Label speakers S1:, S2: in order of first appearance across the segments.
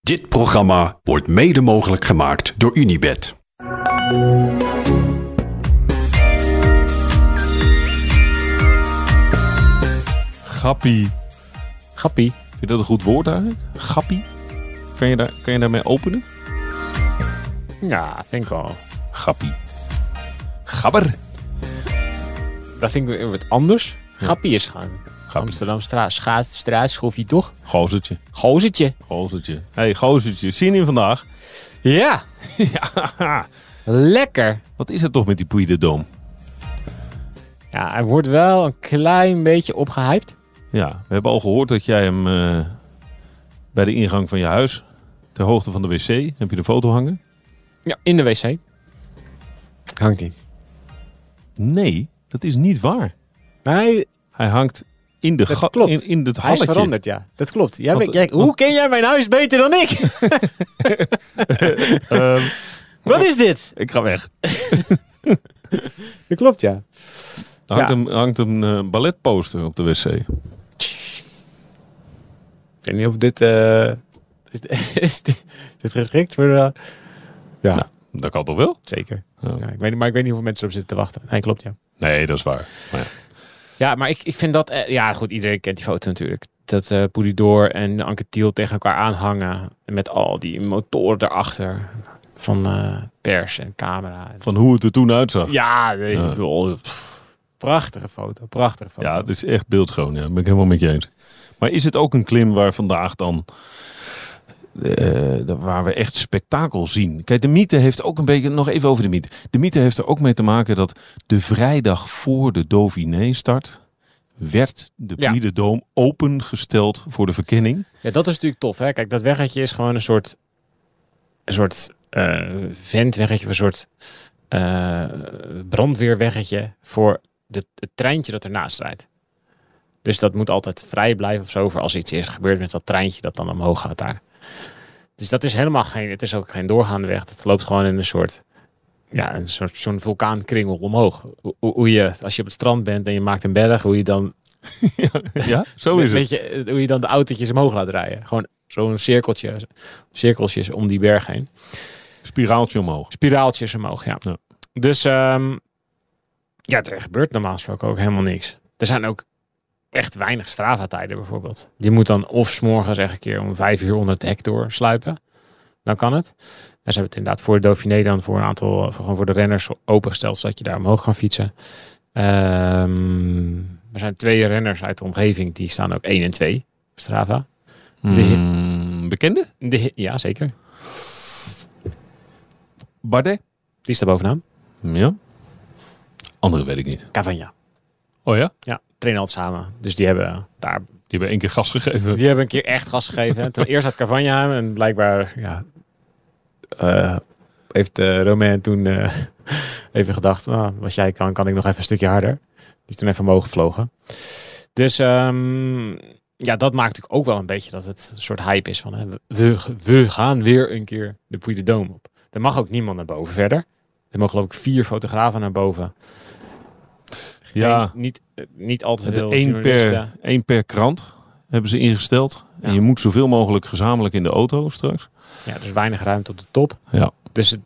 S1: Dit programma wordt mede mogelijk gemaakt door Unibed.
S2: Gappie.
S3: Grappie.
S2: Vind je dat een goed woord eigenlijk? Gappie? Kan je, daar, kan je daarmee openen?
S3: Ja, vind ik wel.
S2: Gappie. Gabber.
S3: Dat vind ik wat anders. Grappie is gewoon Amsterdam straat, schaat, straatschroffie, toch?
S2: Gozertje.
S3: Gozertje.
S2: Gozertje. hey, gozertje. Zin in vandaag?
S3: Ja,
S2: ja.
S3: lekker.
S2: Wat is het toch met die Puy de Dôme?
S3: Ja, hij wordt wel een klein beetje opgehyped.
S2: Ja, we hebben al gehoord dat jij hem eh, bij de ingang van je huis, ter hoogte van de wc, heb je de foto hangen?
S3: Ja, in de wc. Hangt niet.
S2: Nee, dat is niet waar.
S3: Nee,
S2: Hij hangt in, de
S3: Dat
S2: ga-
S3: klopt.
S2: in, in het
S3: hij is
S2: halletje.
S3: veranderd, ja. Dat klopt. Jij
S2: Want-
S3: bent- jij- hoe ken jij mijn huis beter dan ik?
S2: Ehm,
S3: Wat is dit?
S2: ik ga weg.
S3: Dat klopt, ja.
S2: Er hangt
S3: Ja.
S2: een, hangt een eh, balletposter op de wc.
S3: Ik weet niet of dit... eh, is, dit, geschikt voor... eh, ja,
S2: Dat kan toch wel?
S3: zeker.
S2: Ja.
S3: Ja, ik weet, niet- maar ik weet niet hoeveel mensen erop zitten te wachten. Nee, klopt, ja.
S2: Nee, dat is waar. Maar ja.
S3: Ja, maar ik, ik vind dat... eh, ja, goed, iedereen kent die foto natuurlijk. Dat eh Poelidor en Anketiel tegen elkaar aanhangen. Met al die motoren erachter. Van eh, pers en camera.
S2: Van hoe het er toen uitzag. Ja,
S3: Ja, weet
S2: Ja.
S3: je veel. Pff, Prachtige foto, prachtige foto.
S2: het is echt beeldschoon. Ja, ben ik helemaal met je eens. Maar is het ook een klim waar vandaag dan... eh, waar we echt spektakel zien. Kijk, de mythe heeft ook een beetje... Nog even over de mythe. De mythe heeft er ook mee te maken dat de vrijdag voor de Dauphiné start... werd de
S3: Ja.
S2: Puy de Dôme opengesteld voor de verkenning.
S3: Ja, dat is natuurlijk tof. Hè? Kijk, dat weggetje is gewoon een soort, een soort eh ventweggetje, of een soort eh, brandweerweggetje voor de, het treintje dat ernaast rijdt. Dus dat moet altijd vrij blijven of zo voor als iets is gebeurd met dat treintje dat dan omhoog gaat daar. Dus dat is helemaal geen, het is ook geen doorgaande weg. Het loopt gewoon in een soort, ja, een soort zo'n vulkaankringel omhoog. Hoe, hoe- hoe je, als je op het strand bent en je maakt een berg, hoe je dan
S2: ja, zo is het.
S3: Weet je eh, hoe je dan de autootjes omhoog laat rijden? Gewoon zo'n cirkeltje, cirkeltjes om die berg heen.
S2: Spiraaltje omhoog.
S3: Spiraaltjes omhoog, ja.
S2: Ja.
S3: Dus ehm, ja, er gebeurt normaal gesproken ook helemaal niks. Er zijn ook echt weinig Strava-tijden bijvoorbeeld. Je moet dan of 's morgens echt een keer om vijf uur onder het hek doorsluipen. Dan kan het. En ze hebben het inderdaad voor de Dauphiné dan voor een aantal, voor, gewoon voor de renners opengesteld, zodat je daar omhoog kan fietsen. Ehm, er zijn twee renners uit de omgeving, die staan ook 1 en 2 op Strava. De-
S2: Mm, bekende?
S3: De, ja, zeker.
S2: Bardet?
S3: Die staat bovenaan.
S2: Ja. Andere weet ik niet.
S3: Cavagna.
S2: Oh ja?
S3: Ja, trainen altijd samen. Dus die hebben daar
S2: Die hebben één keer gas gegeven.
S3: Die hebben een keer echt gas gegeven. hè. Toen eerst had Cavagna hem en blijkbaar ja, eh, heeft eh Romain toen eh, even gedacht, nou, als jij kan, kan ik nog even een stukje harder. Die is toen even omhoog gevlogen. Dus ehm, ja, dat maakt natuurlijk ook wel een beetje dat het een soort hype is van hè, we, we gaan weer een keer de Puy de Dôme op. Er mag ook niemand naar boven verder. Er mogen geloof ik vier fotografen naar boven.
S2: ja,
S3: Geen- niet, eh, niet al te
S2: de
S3: veel
S2: één per,
S3: journalisten.
S2: één per krant hebben ze ingesteld. En
S3: Ja.
S2: je moet zoveel mogelijk gezamenlijk in de auto straks.
S3: Ja, dus weinig ruimte op de top.
S2: Ja.
S3: Dus het-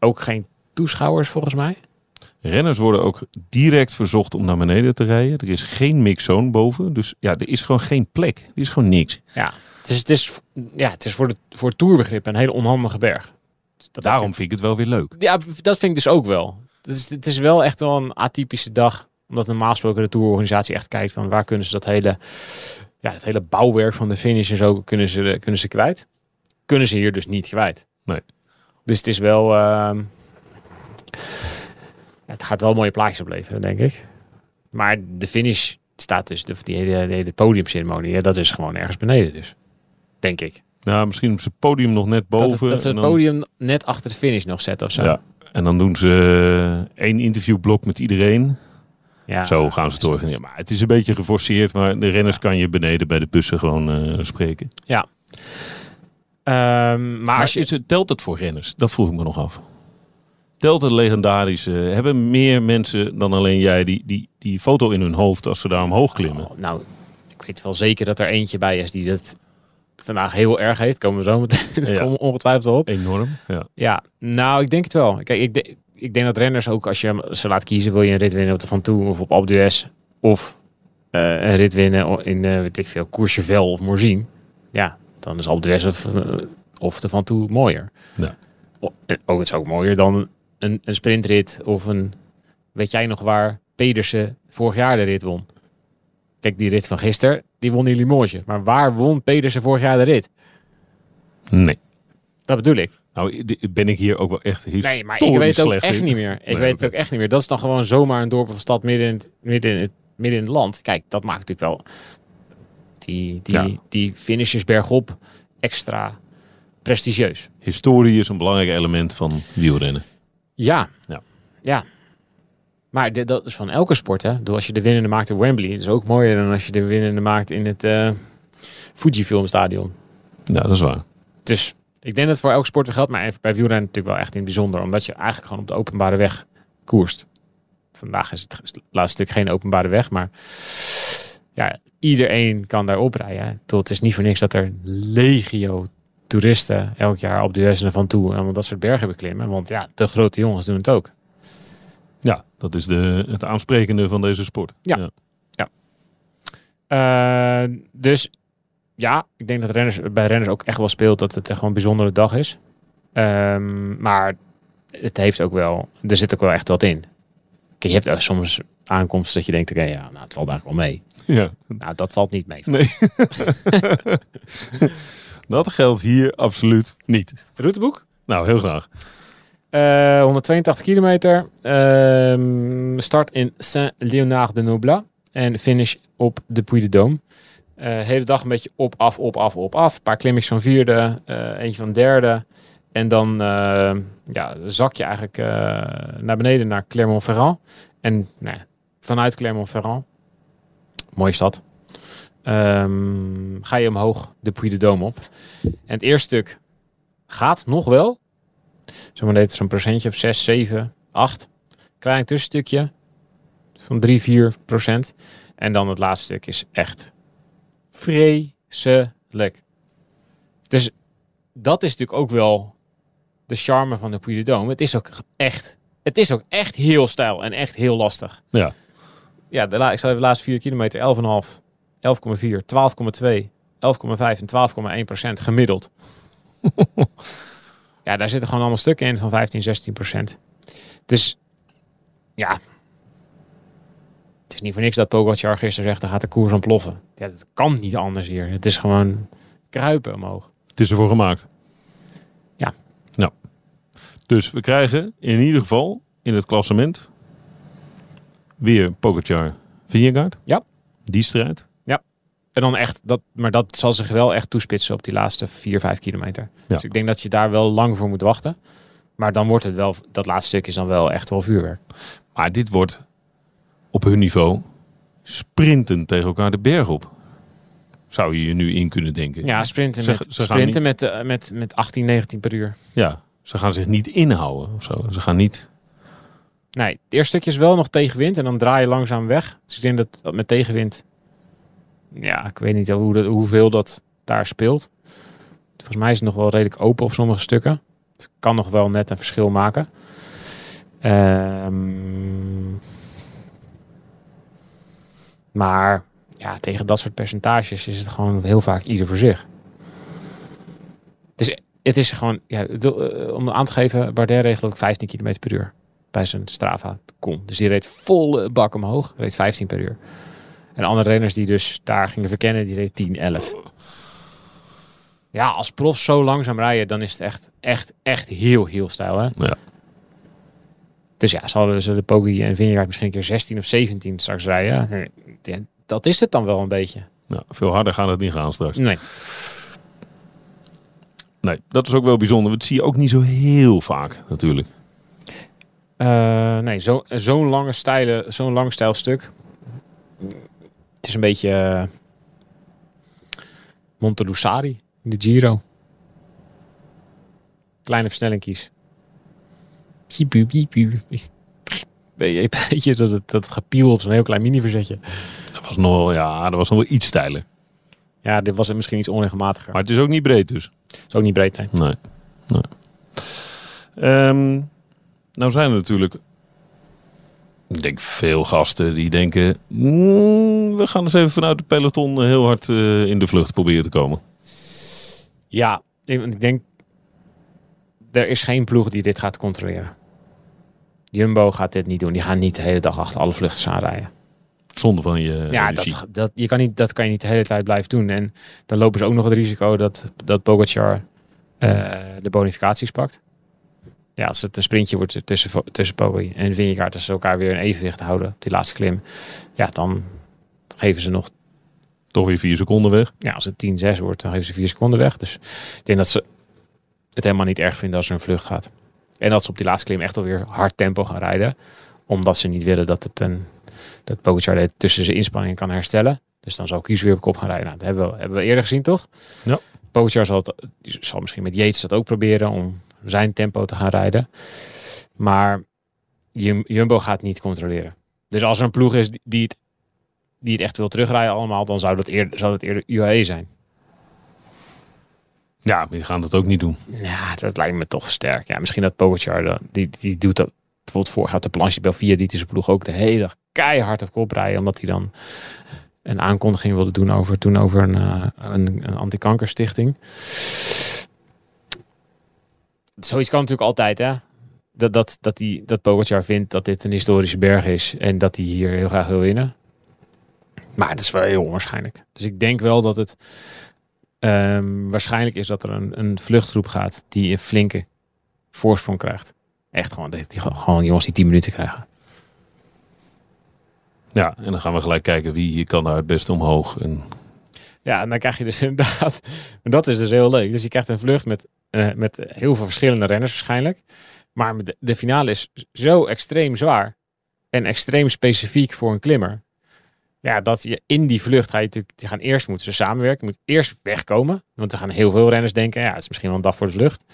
S3: ook geen toeschouwers volgens mij.
S2: Renners worden ook direct verzocht om naar beneden te rijden. Er is geen mixzone boven. Dus ja, er is gewoon geen plek. Er is gewoon niks.
S3: Ja. Dus het is, ja, het is voor, de, voor het tourbegrip een hele onhandige berg. Dat
S2: Daarom vind ik het wel weer leuk.
S3: Ja, dat vind ik dus ook wel. Het is, het is wel echt wel een atypische dag. Omdat normaal gesproken de tourorganisatie echt kijkt van waar kunnen ze dat hele, ja, dat hele bouwwerk van de finish en zo kunnen ze, kunnen ze kwijt. Kunnen ze hier dus niet kwijt.
S2: Nee.
S3: Dus het is wel. ehm, het gaat wel mooie plaatjes opleveren, denk ik. Maar de finish staat dus, de, die hele, de hele podiumceremonie, ja, dat is gewoon ergens beneden dus. Denk ik.
S2: Nou, misschien op het podium nog net boven.
S3: Dat, het- dat ze
S2: en
S3: het
S2: dan-
S3: podium net achter de finish nog zetten of zo.
S2: Ja. En dan doen ze eh, één interviewblok met iedereen.
S3: Ja.
S2: Zo gaan ze het organiseren. Maar het is een beetje geforceerd. Maar de renners kan je beneden bij de bussen gewoon eh, spreken.
S3: Ehm, maar
S2: Maar
S3: als je,
S2: is het- telt het voor renners? Dat vroeg ik me nog af. Telt het legendarische? Hebben meer mensen dan alleen jij die, die, die foto in hun hoofd als ze daar omhoog klimmen?
S3: Oh, nou, ik weet wel zeker dat er eentje bij is die dat vandaag heel erg heeft. Komen we zo meteen
S2: Ja.
S3: komen we ongetwijfeld op.
S2: Enorm. Ja.
S3: Ja, nou, ik denk het wel. Kijk, ik, de- ik denk dat renners ook, als je hem- ze laat kiezen, wil je een rit winnen op de Van Toe of op Alpe d'Huez. Of eh, een rit winnen o- in, eh, weet ik veel, Courchevel of Morzine. Ja, dan is Alpe d'Huez of, eh, of de Van Toe mooier.
S2: Ja.
S3: O- en ook, het is ook mooier dan een, een sprintrit of een, weet jij nog waar, Pedersen vorig jaar de rit won. Kijk, die rit van gisteren, die won in Limoges. Maar waar won Pedersen vorig jaar de rit?
S2: Nee.
S3: Dat bedoel ik.
S2: Nou, i- ben ik hier ook wel echt heel
S3: Nee, maar ik weet het ook echt niet meer. Ik
S2: Nee,
S3: weet het
S2: oké.
S3: ook echt niet meer. Dat is dan gewoon zomaar een dorp of stad midden in het, midden in het, midden in het land. Kijk, dat maakt natuurlijk wel die, die,
S2: Ja.
S3: die finishes bergop extra prestigieus.
S2: Historie is een belangrijk element van wielrennen.
S3: Ja.
S2: Ja.
S3: ja. Maar dit- dat is van elke sport, hè. Ik bedoel, als je de winnende maakt in Wembley, dat is ook mooier dan als je de winnende maakt in het eh Fujifilm Stadion.
S2: Ja, dat is waar.
S3: Dus ik denk dat het voor elke sport wel geldt, maar even bij wielrennen natuurlijk wel echt in het bijzonder. Omdat je eigenlijk gewoon op de openbare weg koerst. Vandaag is het ges- laatste stuk geen openbare weg, maar ja, iedereen kan daar oprijden. hè. Ik bedoel, Het is niet voor niks dat er legio toeristen elk jaar op de Westen van toe en allemaal dat soort bergen beklimmen. Want ja, de grote jongens doen het ook.
S2: Ja, dat is de, het aansprekende van deze sport.
S3: Ja. Eh, dus ja, ik denk dat renners, bij renners ook echt wel speelt dat het echt wel een bijzondere dag is. Ehm, maar het heeft ook wel, er zit ook wel echt wat in. Kijk, je hebt ook soms aankomsten dat je denkt, oké, ja, nou, het valt eigenlijk wel mee.
S2: ja.
S3: Nou, dat valt niet mee.
S2: Dat geldt hier absoluut niet.
S3: Routeboek?
S2: Nou, heel graag.
S3: Eh, 182 kilometer. Ehm, start in Saint-Léonard-de-Noblat. En finish op de Puy de Dôme. Eh, hele dag een beetje op, af, op, af, op, af. Een paar klimmetjes van vierde, eh, eentje van derde. En dan eh, ja, zak je eigenlijk eh, naar beneden naar Clermont-Ferrand. En nou ja, vanuit Clermont-Ferrand, mooie stad, ehm, ga je omhoog de Puy de Dôme op. En het eerste stuk gaat nog wel. Zomaar deed zo'n procentje of 6, 7, 8. Klein tussenstukje van 3, 4 procent. En dan het laatste stuk is echt vreselijk. Dus dat is natuurlijk ook wel de charme van de Puy de Dôme. Het is ook echt, het is ook echt heel stijl en echt heel lastig.
S2: Ja.
S3: Ja, de, la- ik zal even de laatste 4 kilometer 11,5, 11,4, 12,2, 11,5 en 12,1 procent gemiddeld. ja, daar zitten gewoon allemaal stukken in van 15, 16 procent. Dus ja, het is niet voor niks dat Pogacar gisteren zegt, dan gaat de koers ontploffen. Ja, dat kan niet anders hier. Het is gewoon kruipen omhoog.
S2: Het is ervoor gemaakt.
S3: Ja.
S2: Nou. Dus we krijgen in ieder geval in het klassement weer Pogacar Vingegaard.
S3: Ja.
S2: Die strijd.
S3: En dan echt dat, maar dat zal zich wel echt toespitsen op die laatste 4, 5 kilometer.
S2: Ja.
S3: Dus ik denk dat je daar wel lang voor moet wachten. Maar dan wordt het wel, dat laatste stuk is dan wel echt wel vuurwerk.
S2: Maar dit wordt op hun niveau sprinten tegen elkaar de berg op. Zou je je nu in kunnen denken.
S3: Ja, sprinten,
S2: Ze-
S3: met,
S2: ze gaan
S3: sprinten
S2: niet-
S3: met, eh, met, met 18, 19 per uur.
S2: Ja, ze gaan zich niet inhouden of zo. Ze gaan niet...
S3: Nee, het eerste stukje is wel nog tegenwind en dan draai je langzaam weg. Dus ik denk dat, dat met tegenwind, ja, ik weet niet hoe dat, hoeveel dat daar speelt. Volgens mij is het nog wel redelijk open op sommige stukken. Het kan nog wel net een verschil maken. Ehm, maar ja, tegen dat soort percentages is het gewoon heel vaak ieder voor zich. Het is, het is gewoon, ja, ik bedoel, eh, om aan te geven, Bardet regelde ook 15 km per uur bij zijn Strava kon. Dus die reed volle bak omhoog. Reed 15 per uur. En andere renners die dus daar gingen verkennen, die reed 10, 11. Ja, als prof zo langzaam rijden, dan is het echt, echt, echt heel, heel stijl. Hè?
S2: Ja.
S3: Dus ja, zouden ze de Poggi en Vingegaard misschien een keer 16 of 17 straks rijden? Hm, Ja, dat is het dan wel een beetje.
S2: Nou, veel harder gaat het niet gaan straks.
S3: Nee.
S2: Nee, dat is ook wel bijzonder. want Dat zie je ook niet zo heel vaak natuurlijk.
S3: Eh, nee, zo- zo'n lange stijle, zo'n lang stijl stuk. Het is een beetje eh, Montelusari in de Giro. Kleine versnelling kies. Piep, piep, piep, piep. Weet je- weet je dat, het- dat gepiel op zo'n heel klein mini-verzetje.
S2: Dat was nog wel, ja, dat was nog wel iets steiler.
S3: Ja, dit was misschien iets onregelmatiger.
S2: Maar het is ook niet breed dus.
S3: het is ook niet breed, nee.
S2: Nee. nee. Ehm, nou zijn er natuurlijk, ik denk veel gasten die denken, "Mm, we gaan eens even vanuit de peloton heel hard eh, in de vlucht proberen te komen.
S3: Ja, ik, want ik denk... Er is geen ploeg die dit gaat controleren. Jumbo gaat dit niet doen. Die gaan niet de hele dag achter alle vluchters aanrijden.
S2: Zonder van je
S3: ja,
S2: energie.
S3: dat, dat, je kan niet, dat kan je niet de hele tijd blijven doen. En dan lopen ze ook nog het risico dat, dat Pogacar eh, de bonificaties pakt. Ja, als het een sprintje wordt tussen, Vo- tussen Poggi en Vingegaard, als ze elkaar weer in evenwicht houden op die laatste klim, ja, dan geven ze nog
S2: Toch weer vier seconden weg.
S3: ja, als het 10-6 wordt, dan geven ze vier seconden weg. Dus ik denk dat ze het helemaal niet erg vinden als er een vlucht gaat. En dat ze op die laatste klim echt alweer hard tempo gaan rijden. Omdat ze niet willen dat het een dat Pogacar dit tussen zijn inspanningen kan herstellen. Dus dan zal Kies weer op kop gaan rijden. Nou, dat hebben we, hebben we eerder gezien, toch?
S2: Ja.
S3: Pogacar zal, het- die zal misschien met Yates dat ook proberen om zijn tempo te gaan rijden. Maar Jum- Jumbo gaat niet controleren. Dus als er een ploeg is die- die het die het echt wil terugrijden allemaal, dan zou dat eerder, zou dat eerder UAE zijn.
S2: Ja, maar die gaan dat ook niet doen.
S3: Ja, dat lijkt me toch sterk. Ja, misschien dat Pogacar, dan, die, die doet dat. Bijvoorbeeld voor gaat de Planche Belvia, die tussen ploeg ook de hele dag keihard op kop rijden. Omdat hij dan een aankondiging wilde doen over, toen over een, eh, een, een antikankerstichting. Zoiets kan natuurlijk altijd, hè? Dat, dat, dat, die, dat Pogacar vindt dat dit een historische berg is en dat hij hier heel graag wil winnen. Maar dat is wel heel onwaarschijnlijk. Dus ik denk wel dat het Ehm, waarschijnlijk is dat er een, een vluchtgroep gaat die een flinke voorsprong krijgt. Echt gewoon, die, die gewoon- gewoon jongens die 10 minuten krijgen.
S2: Ja, en dan gaan we gelijk kijken wie hier kan daar het beste omhoog. En
S3: Ja, en dan krijg je dus inderdaad, en dat is dus heel leuk. Dus je krijgt een vlucht met, eh, met heel veel verschillende renners waarschijnlijk. Maar met de, de finale is zo extreem zwaar en extreem specifiek voor een klimmer. Ja, dat je in die vlucht ga je natuurlijk, die gaan eerst moeten ze samenwerken, je moet eerst wegkomen. Want er gaan heel veel renners denken, ja, het is misschien wel een dag voor de vlucht.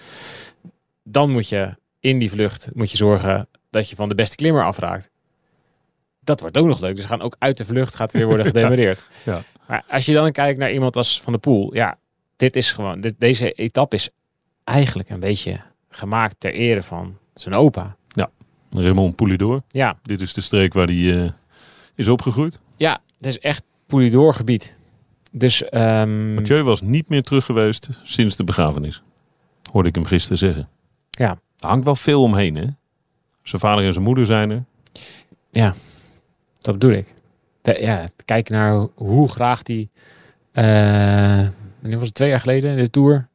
S3: dan moet je in die vlucht moet je zorgen dat je van de beste klimmer afraakt. Dat wordt ook nog leuk. Dus gaan ook uit de vlucht gaat weer worden gedemereerd.
S2: Ja.
S3: Maar als je dan kijkt naar iemand als Van der Poel, ja, dit is gewoon, dit, deze etappe is eigenlijk een beetje gemaakt ter ere van zijn opa.
S2: Raymond Poulidor,
S3: Ja,
S2: dit is de streek waar hij eh, is opgegroeid.
S3: ja, het is echt Poulidor gebied. Dus ehm,
S2: Mathieu was niet meer terug geweest sinds de begrafenis. Hoorde ik hem gisteren zeggen.
S3: Ja.
S2: Er hangt wel veel omheen, hè? Zijn vader en zijn moeder zijn er.
S3: dat bedoel ik. Ja, kijk naar hoe graag die, eh nu was het twee jaar geleden in de Tour,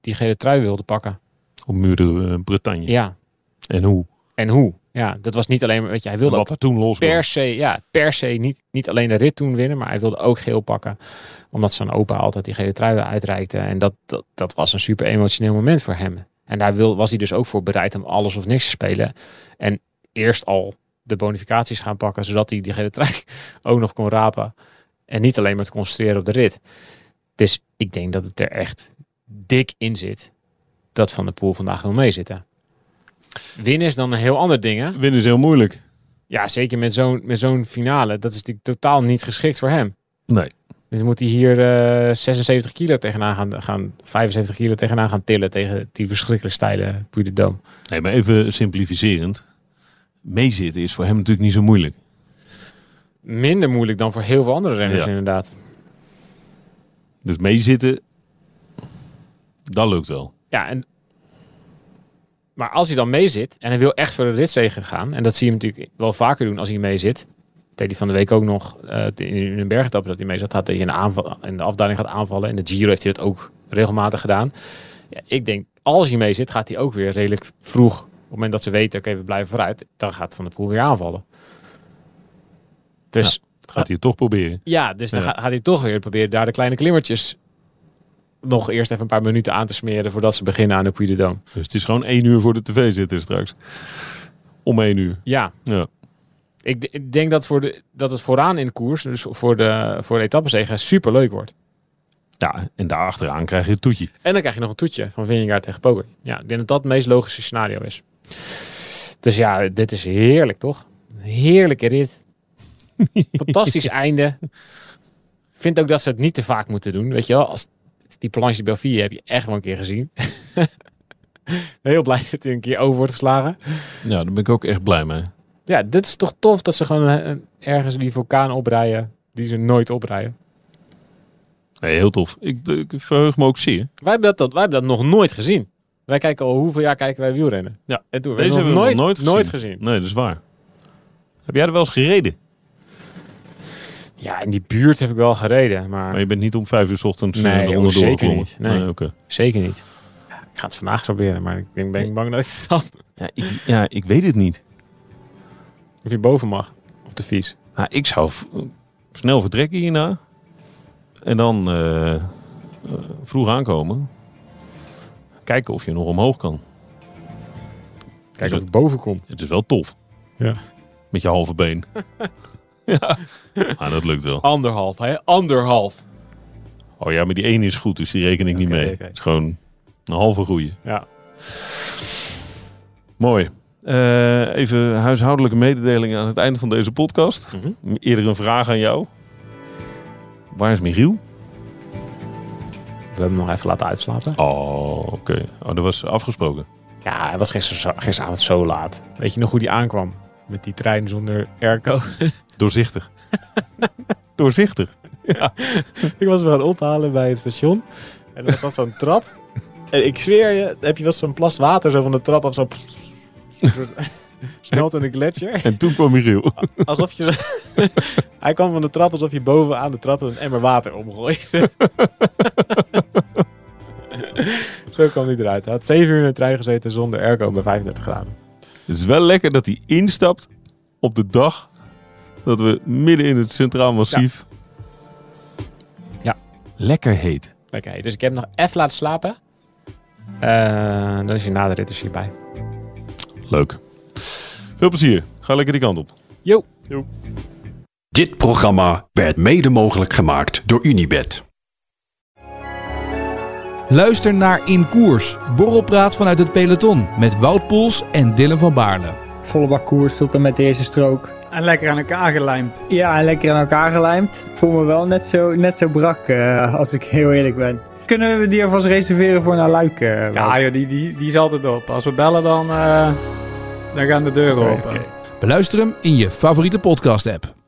S3: die gele trui wilde pakken.
S2: Op muren eh, Bretagne.
S3: Ja,
S2: En hoe?
S3: en hoe. Ja, dat was niet alleen maar, weet je, hij wilde ook
S2: Wat er toen los was.
S3: per se, ja, per se niet, niet alleen de rit toen winnen, maar hij wilde ook geel pakken. Omdat zijn opa altijd die gele trui uitreikte. En dat, dat, dat was een super emotioneel moment voor hem. En daar wil, was hij dus ook voor bereid om alles of niks te spelen. En eerst al de bonificaties gaan pakken, zodat hij die gele trui ook nog kon rapen. En niet alleen maar te concentreren op de rit. Dus ik denk dat het er echt dik in zit dat Van de Poel vandaag wil meezitten. Winnen is dan een heel ander ding, hè?
S2: Winnen is heel moeilijk.
S3: Ja, zeker met zo'n met zo'n finale. Dat is natuurlijk totaal niet geschikt voor hem.
S2: Nee.
S3: Dus moet hij hier eh, 76 kilo tegenaan gaan, gaan, 75 kilo tegenaan gaan tillen tegen die verschrikkelijk steile Puy de Dome.
S2: Nee, maar even simplificerend. Meezitten is voor hem natuurlijk niet zo moeilijk.
S3: Minder moeilijk dan voor heel veel andere renners
S2: Ja.
S3: inderdaad.
S2: Dus meezitten, dat lukt wel.
S3: Ja, en, maar als hij dan mee zit en hij wil echt voor de ritzegen gaan, en dat zie je hem natuurlijk wel vaker doen als hij mee zit. Deed hij van de week ook nog eh, in een bergetappe dat hij mee zat. Had hij in de, aanval, in de afdaling gaat aanvallen. In de Giro heeft hij dat ook regelmatig gedaan. Ja, ik denk, als hij mee zit, gaat hij ook weer redelijk vroeg. Op het moment dat ze weten, oké, we blijven vooruit. Dan gaat Van de Poel weer aanvallen. Dus
S2: Gaat hij het toch proberen.
S3: ja, dus dan
S2: Ja.
S3: ga- gaat hij toch weer proberen daar de kleine klimmertjes nog eerst even een paar minuten aan te smeren voordat ze beginnen aan de Puy de Dôme.
S2: Dus het is gewoon één uur voor de tv zitten straks. Om één uur.
S3: Ja,
S2: Ja.
S3: ik, d- ik denk dat, voor de, dat het vooraan in de koers, dus voor de, voor de etappenzege, super leuk wordt.
S2: ja, en daarachteraan krijg je het toetje.
S3: En dan krijg je nog een toetje van Vingegaard tegen Poker. Ja, ik denk dat dat het meest logische scenario is. Dus ja, dit is heerlijk, toch? Een Heerlijke rit. Fantastisch einde. vind ook dat ze het niet te vaak moeten doen. Weet je wel, als die Planche de Belfie heb je echt wel een keer gezien. Heel blij dat hij een keer over wordt geslagen.
S2: Ja, daar ben ik ook echt blij mee.
S3: Ja, dit is toch tof dat ze gewoon eh, eh, ergens die vulkaan oprijden die ze nooit oprijden.
S2: Nee, heel tof. Ik, ik verheug me ook zeer.
S3: Wij hebben dat, tot- wij hebben dat nog nooit gezien. Wij kijken al hoeveel jaar kijken wij wielrennen.
S2: Ja,
S3: en toen
S2: Deze hebben we
S3: nooit,
S2: nog nooit gezien.
S3: nooit gezien.
S2: Nee, dat is waar. Heb jij er wel eens gereden?
S3: Ja, in die buurt heb ik wel gereden, maar
S2: Maar je bent niet om vijf uur 's ochtends eh,
S3: Nee,
S2: eronder
S3: joh,
S2: door
S3: zeker
S2: geklommen.
S3: niet. Nee.
S2: oké.
S3: zeker niet. Ja, ik ga het vandaag proberen, maar ik denk- ben ik bang dat ik dan
S2: ja, ik, ja, ik weet het niet.
S3: of je boven mag op de fiets.
S2: Nou, ik zou v- snel vertrekken hierna. En dan eh, eh, vroeg aankomen. Kijken of je nog omhoog kan.
S3: Kijk of ik boven kom.
S2: Het is wel tof.
S3: Ja.
S2: Met je halve been. ja, maar dat lukt wel.
S3: Anderhalf, hè? Anderhalf.
S2: Oh ja, maar die ene is goed, dus die reken ik niet
S3: Oké,
S2: mee.
S3: oké.
S2: Het is gewoon een halve goeie.
S3: Ja.
S2: Mooi. Eh, even huishoudelijke mededelingen aan het einde van deze podcast. Eerder een vraag aan jou. Waar is Michiel?
S3: We hebben hem nog even laten uitslapen.
S2: Oh, oké. Oh, dat was afgesproken.
S3: Ja, het was gister, gisteravond zo laat. Weet je nog hoe die aankwam? Met die trein zonder airco.
S2: Doorzichtig. Doorzichtig.
S3: ik was hem gaan ophalen bij het station. En er zat zo'n trap. En ik zweer je, dan heb je wel eens zo'n plas water zo van de trap af. Zo snelt in de gletsjer.
S2: En toen kwam Michiel.
S3: Alsof je... zo- Hij kwam van de trap alsof je bovenaan de trap een emmer water omgooide. zo kwam hij eruit. Hij had zeven uur in de trein gezeten zonder airco bij 35 graden.
S2: Het is wel lekker dat hij instapt op de dag dat we midden in het Centraal Massief...
S3: Ja.
S2: Lekker heet.
S3: Oké, dus ik heb hem nog even laten slapen. Eh, dan is je na de rit dus hierbij.
S2: Leuk. Veel plezier. Ga lekker die kant op.
S3: Yo!
S1: Dit programma werd mede mogelijk gemaakt door Unibed.
S4: Luister naar In Koers, borrelpraat vanuit het peloton met Wout Poels en Dylan van Baarle.
S5: Volle bak koers tot en met de eerste strook.
S6: En lekker aan elkaar gelijmd.
S5: Ja, en lekker aan elkaar gelijmd. Ik voel me wel net zo, net zo brak, eh, als ik heel eerlijk ben. Kunnen we die alvast reserveren voor naar Luik? eh, Wout?
S6: Ja, joh, die, die, die is altijd op. Als we bellen, dan, eh, dan gaan de deuren
S5: Oké,
S6: open.
S5: oké.
S4: Beluister hem in je favoriete podcast-app.